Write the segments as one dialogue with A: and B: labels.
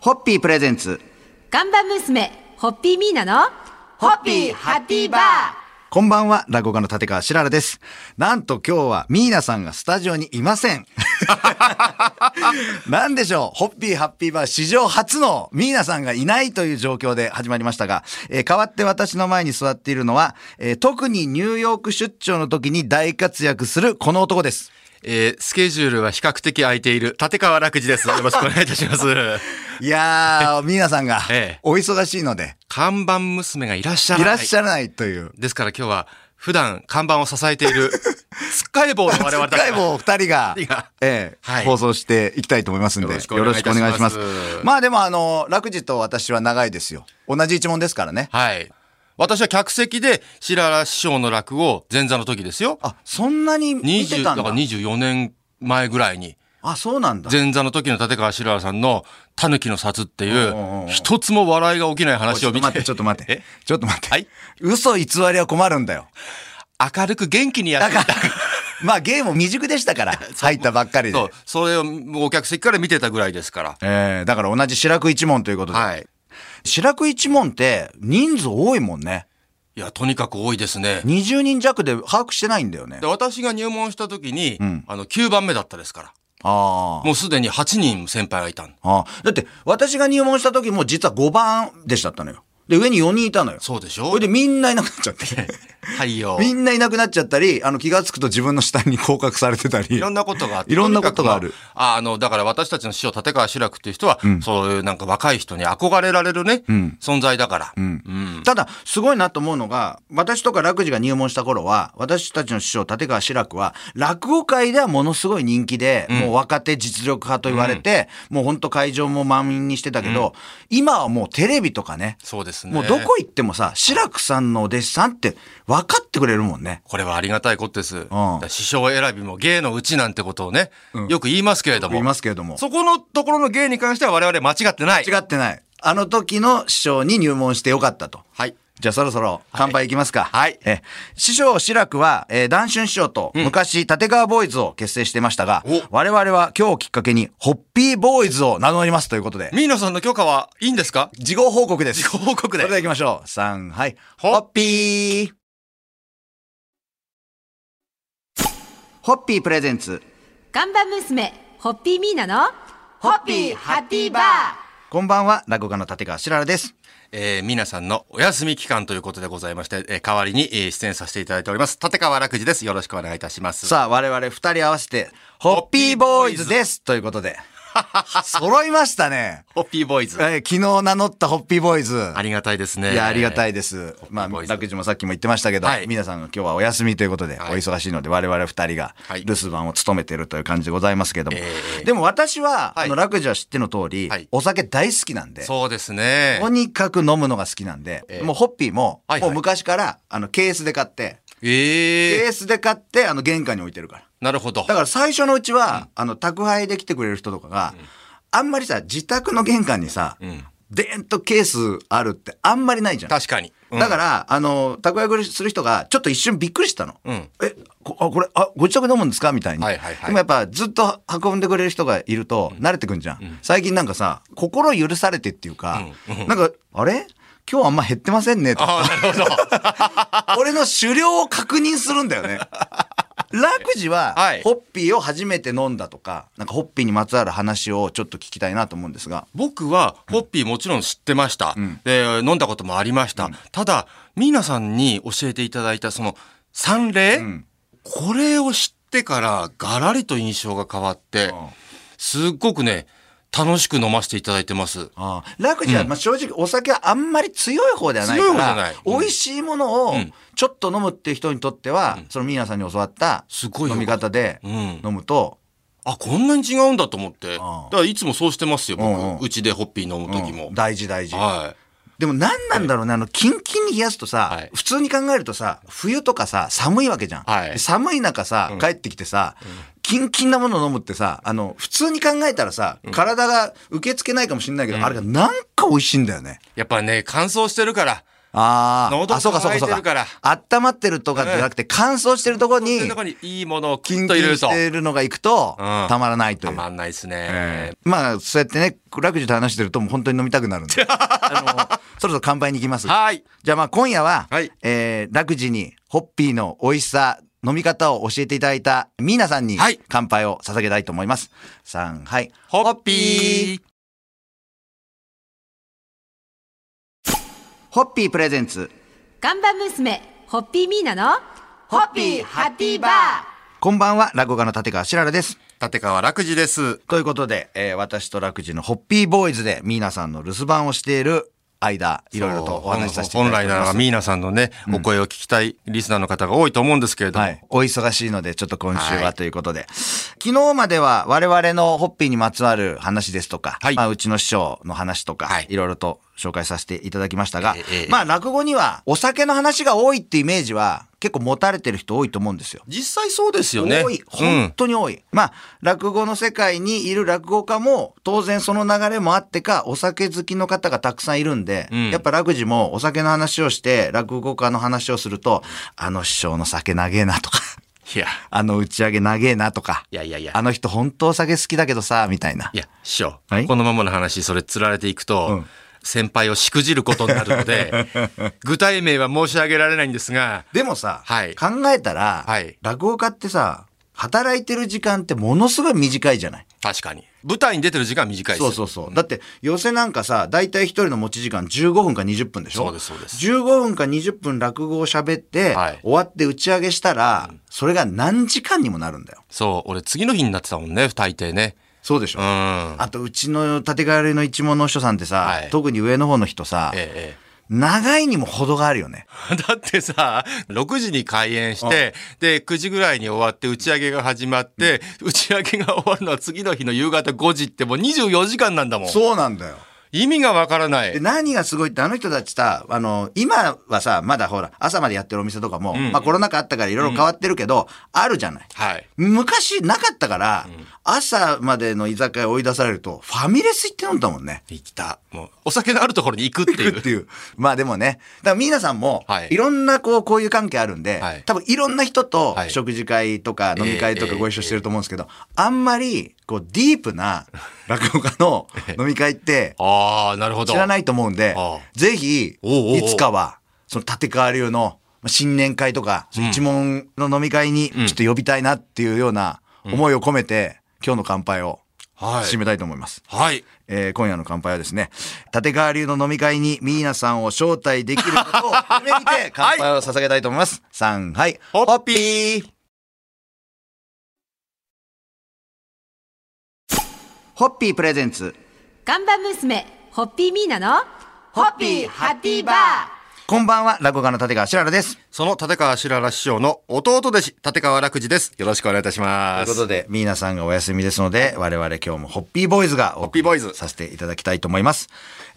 A: ホッピープレゼンツ。
B: ガンバ娘、ホッピーミーナの、
A: ホッピーハッピーバーこんばんは、落語家の立川しららです。なんと今日はミーナさんがスタジオにいま せん。なんでしょう、ホッピーハッピーバー史上初のミーナさんがいないという状況で始まりましたが、えー代わって私の前に座っているのは、えー特にニューヨーク出張の時に大活躍するこの男です。
C: えースケジュールは比較的空いている立川楽二です。よろしくお願いいたし ます。
A: いやー、ミーナさんが
C: ええ
A: お忙しいので、
C: 看板娘がいらっしゃら
A: い
C: ない。
A: らっしゃらないという。
C: ですから今日は普段看板を支えている、つっかえ棒 の我々たちが
A: つっかい棒二人が
C: 二人が、
A: ええ
C: はい
A: 放送していきたいと思いますんで、よ
C: よ
A: ろ
C: ろ
A: し
C: し
A: く
C: く
A: お
C: お
A: 願
C: 願
A: い
C: い
A: し
C: い
A: ま
C: た
A: す。
C: します
A: まあでも、あの、楽児と私は長いですよ。同じ一問ですからね。
C: はい。私は客席で白良師匠の落を前座の時ですよ。
A: あ、そんなに見て
C: 20、
A: た
C: だ
A: ん
C: か
A: だ。
C: ら24年前ぐらいに、
A: あ、そうなんだ。
C: 前座の時の立川白良さんの狸の札ってい
A: おうおうおう
C: う、一つも笑いが起きない話
A: ちょ
C: を
A: っと
C: 見
A: 待ってて、ちょっと待って
C: え。
A: ちょっと待って。
C: はい
A: 嘘偽りは困るんだよ。
C: 明るく元気にやっていた。
A: まあゲーム未熟でした から、入ったばっかりで。
C: そう、それをお客席から見てたぐらいですから。
A: えーだから同じ白く一問ということで。
C: はい。
A: 白く一問って人数多いもんね。
C: いや、とにかく多いですね。
A: 20人弱で把握してないんだよね
C: で、。私が入門した時に、あの、9番目だったですから。
A: ああ。
C: もうすでに8人先輩がいたん
A: ああだって、私が入門した時も実は5番でしたったのよ。で、上に4人いたのよ。
C: そうでしょ
A: それでみんないなくなっちゃって。
C: はいよ。
A: みんないなくなっちゃったり、あの気がつくと自分の下に降格されてたり。
C: いろんなことがあって。
A: いろんなことがある
C: とにかくまああの、だから私たちの師匠、立川志らくっていう人は、そういうなんか若い人に憧れられるね、存在だから。うん
A: ただ、すごいなと思うのが、私とか楽児が入門した頃は、私たちの師匠、立川志らくは、落語界ではものすごい人気で、もう若手実力派と言われて、もうほんと会場も満員にしてたけど、今はもうテレビとかね、
C: そうですね。
A: もうどこ行ってもさ、志らくさんのお弟子さんって分かってくれるもんね。
C: これはありがたいことです。だから師匠選びも芸のうちなんてことをね、よく言いますけれども。
A: 言いますけれども。
C: そこのところの芸に関しては我々間違ってない。
A: 違ってない。あの時の師匠に入門してよかったと。
C: はい。
A: じゃあそろそろ乾杯いきますか。
C: はい
A: え、師匠、志らくは、えー、談春師匠と昔、立川ボーイズを結成してましたが、
C: お
A: 我々は今日をきっかけに、ホッピーボーイズを名乗りますということで、
C: ミーノさんの許可はいいんですか
A: 事後報告です。
C: 自己報告
A: それ
C: で
A: で。は行きましょう。3、はい。
C: ホ
A: ホッ
C: ッ
A: ピーホッピープレゼンツ。
B: ガンバ娘、ホッピーミーナの、
A: ホッピーハッピーバーこんばんは、落語家の立川志ららです。
C: えー、皆さんのお休み期間ということでございまして、えー代わりに、えー出演させていただいております。立川楽二です。よろしくお願いいたします。
A: さあ、我々二人合わせて、ホッピーボーイズですということで。揃いましたね。
C: ホッピーボーイズ。
A: えー昨日名乗ったホッピーボーイズ。
C: ありがたいですね。
A: いや、ありがた
C: い。
A: いです。まあ、
C: ボーイズ
A: 楽児もさっきも言ってましたけど、
C: はい
A: 皆さんが今日はお休みということで、
C: はい
A: お忙しいので、我々二人が
C: はい
A: 留守番を務めてるという感じでございますけども。
C: えー
A: でも私は、あ
C: はい
A: の、楽児は知っての通り、
C: はい
A: お酒大好きなんで、
C: そうですね
A: と。にかく飲むのが好きなんで、もうホッピーも、
C: はいは
A: も
C: いう
A: 昔から、あの、ケースで買って、
C: ええ
A: ケースで買って、あの、玄関に置いてるから。
C: なるほど
A: だ。から最初のうちは、あの、宅配で来てくれる人とかが、あんまりさ、自宅の玄関にさ、でーんとケースあるってあんまりないじゃん。
C: 確かに。うん
A: だから、あの、宅配送りする人が、ちょっと一瞬びっくりしたの。
C: ん
A: え、こあこれ、あ、ご自宅飲むんですかみたいに。
C: はいはいはい
A: でもやっぱ、ずっと運んでくれる人がいると、慣れてくんじゃん,、最近なんかさ、心許されてっていうか、なんか、あれ今日あんま減ってませんねとか
C: ああ、なるほ ど。
A: 俺の狩猟を確認するんだよね。 楽児は
C: はい、
A: ホッピーを初めて飲んだとか、なんかホッピーにまつわる話をちょっと聞きたいなと思うんですが。
C: 僕はホッピーもちろん知ってました、で飲んだこともありました、ただ皆さんに教えていただいたその三例、これを知ってからガラリと印象が変わって、すっごくね楽しく飲ませていただいてます
A: ああ楽児は、まあ正直お酒はあんまり強い方ではないか
C: 強い方じゃ
A: ら
C: ない、うん
A: 美味しいものをちょっと飲むっていう人にとっては、そのミーナさんに教わった
C: すごいよ
A: 飲み方で
C: うん
A: 飲むと、
C: あこんなに違うんだと思ってだ
A: あ
C: からいつもそうしてますよ僕、う
A: うんうん
C: ちでホッピー飲む時も、
A: うん大事大事。
C: は
A: でも何なんだろうね、あの、キンキンに冷やすとさ、
C: はい
A: 普通に考えるとさ、冬とかさ、寒いわけじゃん。
C: はい
A: 寒い中さ、帰ってきてさ、キンキンなものを飲むってさ、あの、普通に考えたらさ、体が受け付けないかもしれないけど、あれがなんか美味しいんだよね。
C: いやっぱね乾燥してるから
A: あ
C: 喉
A: あ、あ、そうかそうかそう
C: 乾いてるから
A: 温まってるとかじゃなくて、乾燥してるところに
C: そ、の中にいいものをき
A: キ
C: っ
A: ン
C: と
A: キ
C: 入れ
A: ン
C: る
A: し
C: と。
A: てるのがいくと、
C: うん
A: たまらないとい
C: た
A: う。
C: まんないですね。
A: ええまあ、そうやってね、楽寿と話してるともう本当に飲みたくなるん で。あの、そろそろ乾杯に行きます。
C: はい。
A: じゃあまあ今夜は、
C: はい
A: えー、楽寺にホッピーの美味しさ、飲み方を教えていただいたミーナさんに
C: はい
A: 乾杯を捧げたいと思います。3杯。
C: ホッピー。
A: ホッピープレゼンツ。
B: 看板娘、ホッピーミーナの、
A: ホッピーハッピーバーこんばんは、落語家の立川しららです。
C: 立川楽寺です。
A: ということで、えー、私と楽寺のホッピーボーイズでミーナさんの留守番をしている間、いろいろとお話しさせていただいており
C: 本来な
A: ま
C: ら
A: す。
C: ミーナさんのね、お声を聞きたいリスナーの方が多いと思うんですけれども。
A: はい。お忙しいので、ちょっと今週
C: は
A: はいということで。昨日までは我々のホッピーにまつわる話ですとか、
C: はい
A: まあうちの師匠の話とか、
C: はい
A: い、ろいろと紹介させていただきましたが、
C: ええええ
A: まあ落語にはお酒の話が多いってイメージは結構持たれてる人多いと思うんですよ。
C: 実際そうですよね。
A: 多い。
C: うん
A: 本当に多い。まあ、落語の世界にいる落語家も、当然その流れもあってか、お酒好きの方がたくさんいるんで、
C: ん
A: やっぱ落語もお酒の話をして、落語家の話をすると、あの師匠の酒長えなとか、
C: いや、
A: あの打ち上げ長えなとか、
C: いやいやいや
A: あの人本当お酒好きだけどさ、みたいな。
C: いや、師匠、
A: はい
C: このままの話、それ、釣られていくと、
A: うん
C: 先輩をしくじることになるの で、具体名は申し上げられないんですが、
A: でもさ、
C: はい
A: 考えたら、
C: はい
A: 落語家ってさ、働いてる時間ってものすごい短いじゃない
C: 確かに。舞台に出てる時間は短いです。
A: そうそうそう。だって、寄せなんかさ、大体一人の持ち時間15分か20分でしょ
C: そうですそうです
A: 15分か20分落語を喋って、
C: はい
A: 終わって打ち上げしたら、それが何時間にもなるんだよ。
C: そう、俺、次の日になってたもんね、大抵ね。
A: そうでしょ、
C: うん。
A: あと、うちの立川流の一門の師匠さんってさ、
C: はい
A: 特に上の方の人さ、
C: え
A: 長いにも程があるよね。
C: え、 だってさ、6時に開演して、で、9時ぐらいに終わって、打ち上げが始まって、打ち上げが終わるのは次の日の夕方5時って、もう24時間なんだもん。
A: そうなんだよ。
C: 意味がわからな
A: で
C: い。
A: 何がすごいってあの人たちさあの今はさまだほら朝までやってるお店とかも、まあ、コロナ禍あったからいろいろ変わってるけど、あるじゃない。
C: はい。
A: 昔なかったから、朝までの居酒屋追い出されるとファミレス行って飲んだもんね。
C: 行きた。もう、お酒のあるところに行くっていう
A: っ。ていう。まあでもね。だから皆さんも
C: はい、
A: いろんなこう、こういう関係あるんで、
C: はい
A: 多分いろんな人と
C: はい
A: 食事会とか飲み会と
C: え
A: か
C: え
A: ご一緒してると思うんですけど、あんまり、こう、ディープな落語家 の飲み会って
C: ああ、なるほど。
A: 知らないと思うんで
C: ああ、
A: ぜひ、
C: おうおうおう
A: いつかは、その立川流のまあ新年会とか、そう一門の飲み会にちょっと呼びたいなっていうような思いを込めて、今日の乾杯を
C: はい
A: 締めたいと思います。
C: はい。
A: えー今夜の乾杯はですね、立川流の飲み会にミーナさんを招待できることを夢 見て乾杯を捧げたいと思います。3、はい。
C: ホッピー。
A: ホッピープレゼンツ。
B: 看板娘、ホッピーミーナの、ホッピーハッピーバー
A: こんばんは、落語家の立川しららです。
C: その立川しらら師匠の弟弟子、立川楽寺です。よろしくお願いいたし
A: とい
C: ま
A: う
C: す。
A: ことで、ミーナさんがお休みですので、我々今日もホッピーボーイズがお送り
C: ホッピーボーイズ
A: させていただきたいと思います。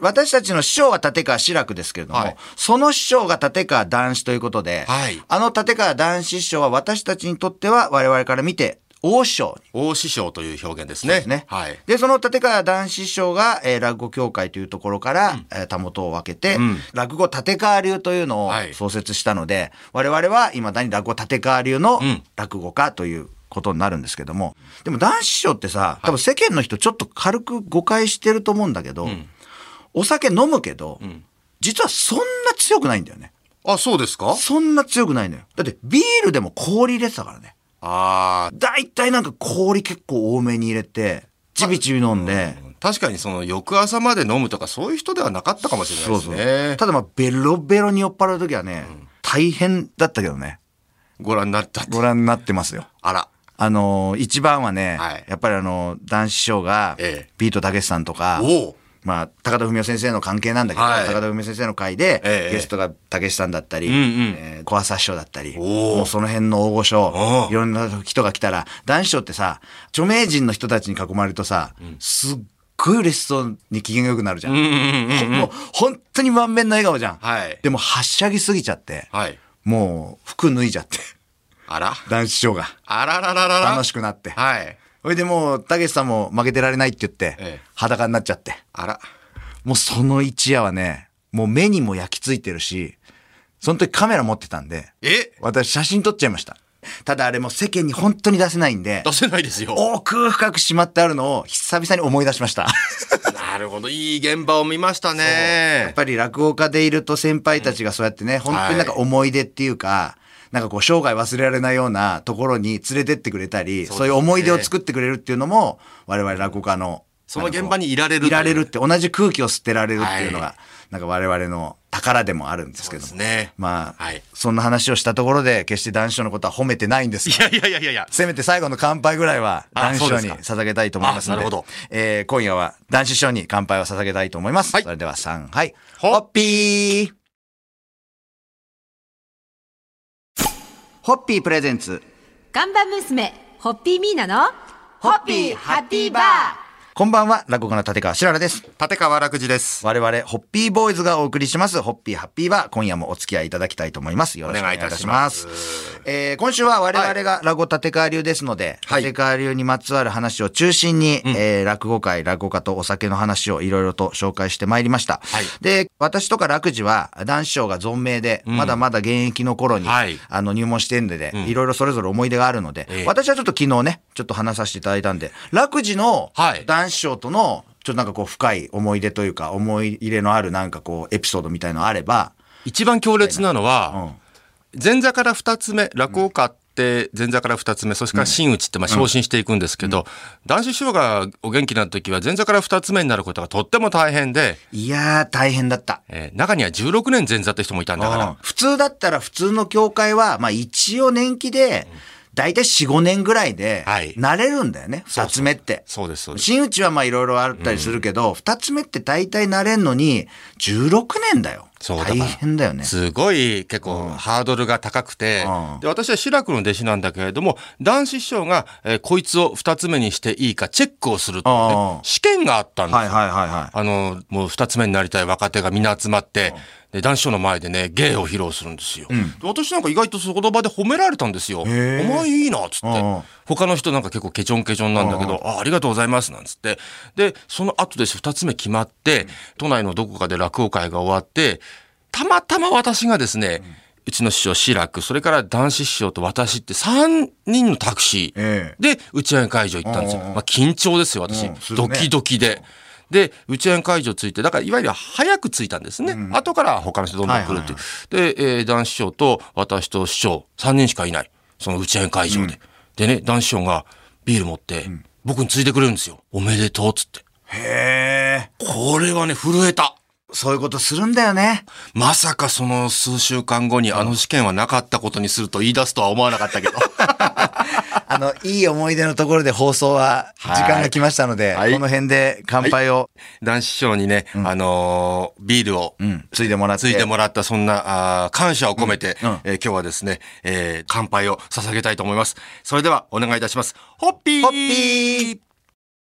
A: 私たちの師匠は立川志らくですけれども、
C: はい
A: その師匠が立川男子ということで、
C: はい
A: あの立川男子師匠は私たちにとっては我々から見て、大師匠に
C: 大師匠という表現です
A: そう
C: ね。
A: ですね。
C: はい。
A: で、その立川談志師匠が、えー落語協会というところから、えーたもとを分けて、
C: ん
A: 落語立川流というのを
C: はい
A: 創設したので、我々は今だに落語立川流の
C: ん
A: 落語家ということになるんですけども、でも談志師匠ってさ、多分世間の人ちょっと軽く誤解してると思うんだけど、お酒飲むけど、実はそんな強くないんだよね。
C: あ、そうですか
A: そんな強くないのよ。だってビールでも氷入れてたからね。
C: あ
A: 大体なんか氷結構多めに入れて、ちびちび飲んで、
C: あ。確かにその翌朝まで飲むとかそういう人ではなかったかもしれない
A: そう
C: です
A: そう。
C: ね。
A: ただまあ、ベロベロに酔っ払う時はね、大変だったけどね。
C: ご覧になったって
A: ご覧になってますよ。
C: あら。
A: あのー一番はね、
C: はい
A: やっぱりあのー、男子師匠が
C: ええ、
A: ビートたけしさんとか、
C: おう
A: まあ、高田文夫先生の関係なんだけど、
C: はい
A: 高田文夫先生の会で、
C: ええ
A: ゲストがたけしさんだったり、
C: んうん
A: えー小朝師匠だったり、
C: おう
A: もうその辺の大御所
C: お、う
A: いろんな人が来たら、男子師匠ってさ、著名人の人たちに囲まれるとさ、すっごい嬉しそうに機嫌が良くなるじゃん。
C: うんうんうん。
A: もう本当に満面の笑顔じゃん。
C: はい
A: でもはしゃぎすぎちゃって、
C: はい。
A: もう服脱いじゃって、
C: あら。
A: 男子師匠が
C: あららららら。
A: 楽しくなって。
C: はい。
A: それでもう、たけしさんも負けてられないって言って、
C: ええ
A: 裸になっちゃって。
C: あら。
A: もうその一夜はね、もう目にも焼き付いてるし、その時カメラ持ってたんで、
C: え
A: 私写真撮っちゃいました。ただあれもう世間に本当に出せないんで
C: 出、せないですよ。
A: 奥深くしまってあるのを久々に思い出しました。
C: なるほど。いい現場を見ました
A: やっ
C: ね。
A: ぱり落語家でいると先輩たちがそうやってね、本当になんか思い出っていうか、なんかこう生涯忘れられないようなところに連れてってくれたり、
C: そうですね
A: そういう思い出を作ってくれるっていうのも、我々落語家の。
C: その現場にいられるという
A: いられるって、同じ空気を吸ってられるっていうのが、
C: は
A: なんか我々の宝でもあるんですけども。
C: そうですね
A: まあ、
C: はい
A: そんな話をしたところで、決して談笑のことは褒めてないんですが
C: いやいやいやいやいや。
A: せめて最後の乾杯ぐらいは
C: あ
A: 男子
C: そうで
A: 賞
C: す
A: に
C: か
A: 捧げたいと思いますので。
C: あなるほど
A: えー今夜は男子賞に乾杯を捧げたいと思います。
C: はい
A: それでは3、はい。
C: ほ
A: ホッピーホッピープレゼンツ。
B: 看板娘、ホッピーミーナの、ホッピーハッピーバー。
A: こんばんは、落語家の立川しららです。
C: 立川楽寺です。
A: 我々、ホッピーボーイズがお送りします、ホッピーハッピーバー。今夜もお付き合いいただきたいと思います。よろしくお願いいたします。
C: お願いいたします
A: えー今週は我々が落語立川流ですので、
C: はい
A: 立川流にまつわる話を中心に、えー落語会、落語家とお酒の話をいろいろと紹介してまいりました。
C: はい
A: で、私とか楽寺は、男子賞が存命で、まだまだ現役の頃に、
C: はい
A: あの、入門してんでで、いろいろそれぞれ思い出があるので、
C: ええ
A: 私はちょっと昨日ね、ちょっと話させていただいたんで、楽寺の
C: はい
A: 男子賞との、ちょっとなんかこう深い思い出というか、思い入れのあるなんかこう、エピソードみたいのあれば、
C: 一番強烈なのは、前座から二つ目、落語家って前座から二つ目、そしてから真打ちってまあ昇進していくんですけど、男子師匠がお元気になった時は前座から二つ目になることがとっても大変で、
A: いやー、大変だった。
C: えー中には16年前座って人もいたんだか
A: うん
C: ら、
A: 普通だったら普通の教会は、まあ一応年季で、だいたい4、5年ぐらいで
C: はい、
A: 慣れるんだよね、二つ目って。
C: そうです、そうです。
A: 真打ちはまあいろいろあったりするけど、二、つ目って大体慣れんのに、16年だよ。
C: そうだか
A: 大
C: ら
A: 変だよね。
C: すごい結構ハードルが高くて、
A: うん
C: で私は志らくの弟子なんだけれども男子師匠が、えーこいつを2つ目にしていいかチェックをするってね、
A: ああ
C: 試験があったんですよ、
A: はいはいはいはい。
C: あのもう2つ目になりたい若手がみんな集まって、で男子師匠の前でね芸を披露するんですよ、で私なんか意外とそこの場で褒められたんですよ「お
A: へえ
C: 前いいな」っつって、
A: うんうん
C: 他の人なんか結構ケチョンケチョンなんだけど「あありがとうございます」なんつってでその後です2つ目決まって、都内のどこかで落語会が終わってたまたま私がですね、うちの師匠志らくそれから男子師匠と私って3人のタクシー、
A: ええ
C: で打ち上げ会場行ったんですよ、
A: うんうんうん
C: まあ、緊張ですよ私、
A: うんするね
C: ドキドキで。で、打ち上げ会場着いて、だからいわゆる早く着いたんですね。後から他の人どんどん来るっていう。で、えー男子師匠と私と師匠、3人しかいない。その打ち上げ会場で。でね、男子師匠がビール持って、僕についてくれるんですよ。おめでとうっつって。
A: へえ。
C: これはね、震えた。
A: そういうことするんだよね。
C: まさかその数週間後にあの試験はなかったことにすると言い出すとは思わなかったけ ど。
A: あの、いい思い出のところで放送は、時間が来ましたので、
C: はい
A: この辺で乾杯を、
C: 男子師匠にね、あのービールを
A: うん、ついでもらって。
C: ついてもらったそんなあー感謝を込めて、
A: うんうん
C: えー今日はですね、えー乾杯を捧げたいと思います。それではお願いいたします。ホッピー
A: ホッピー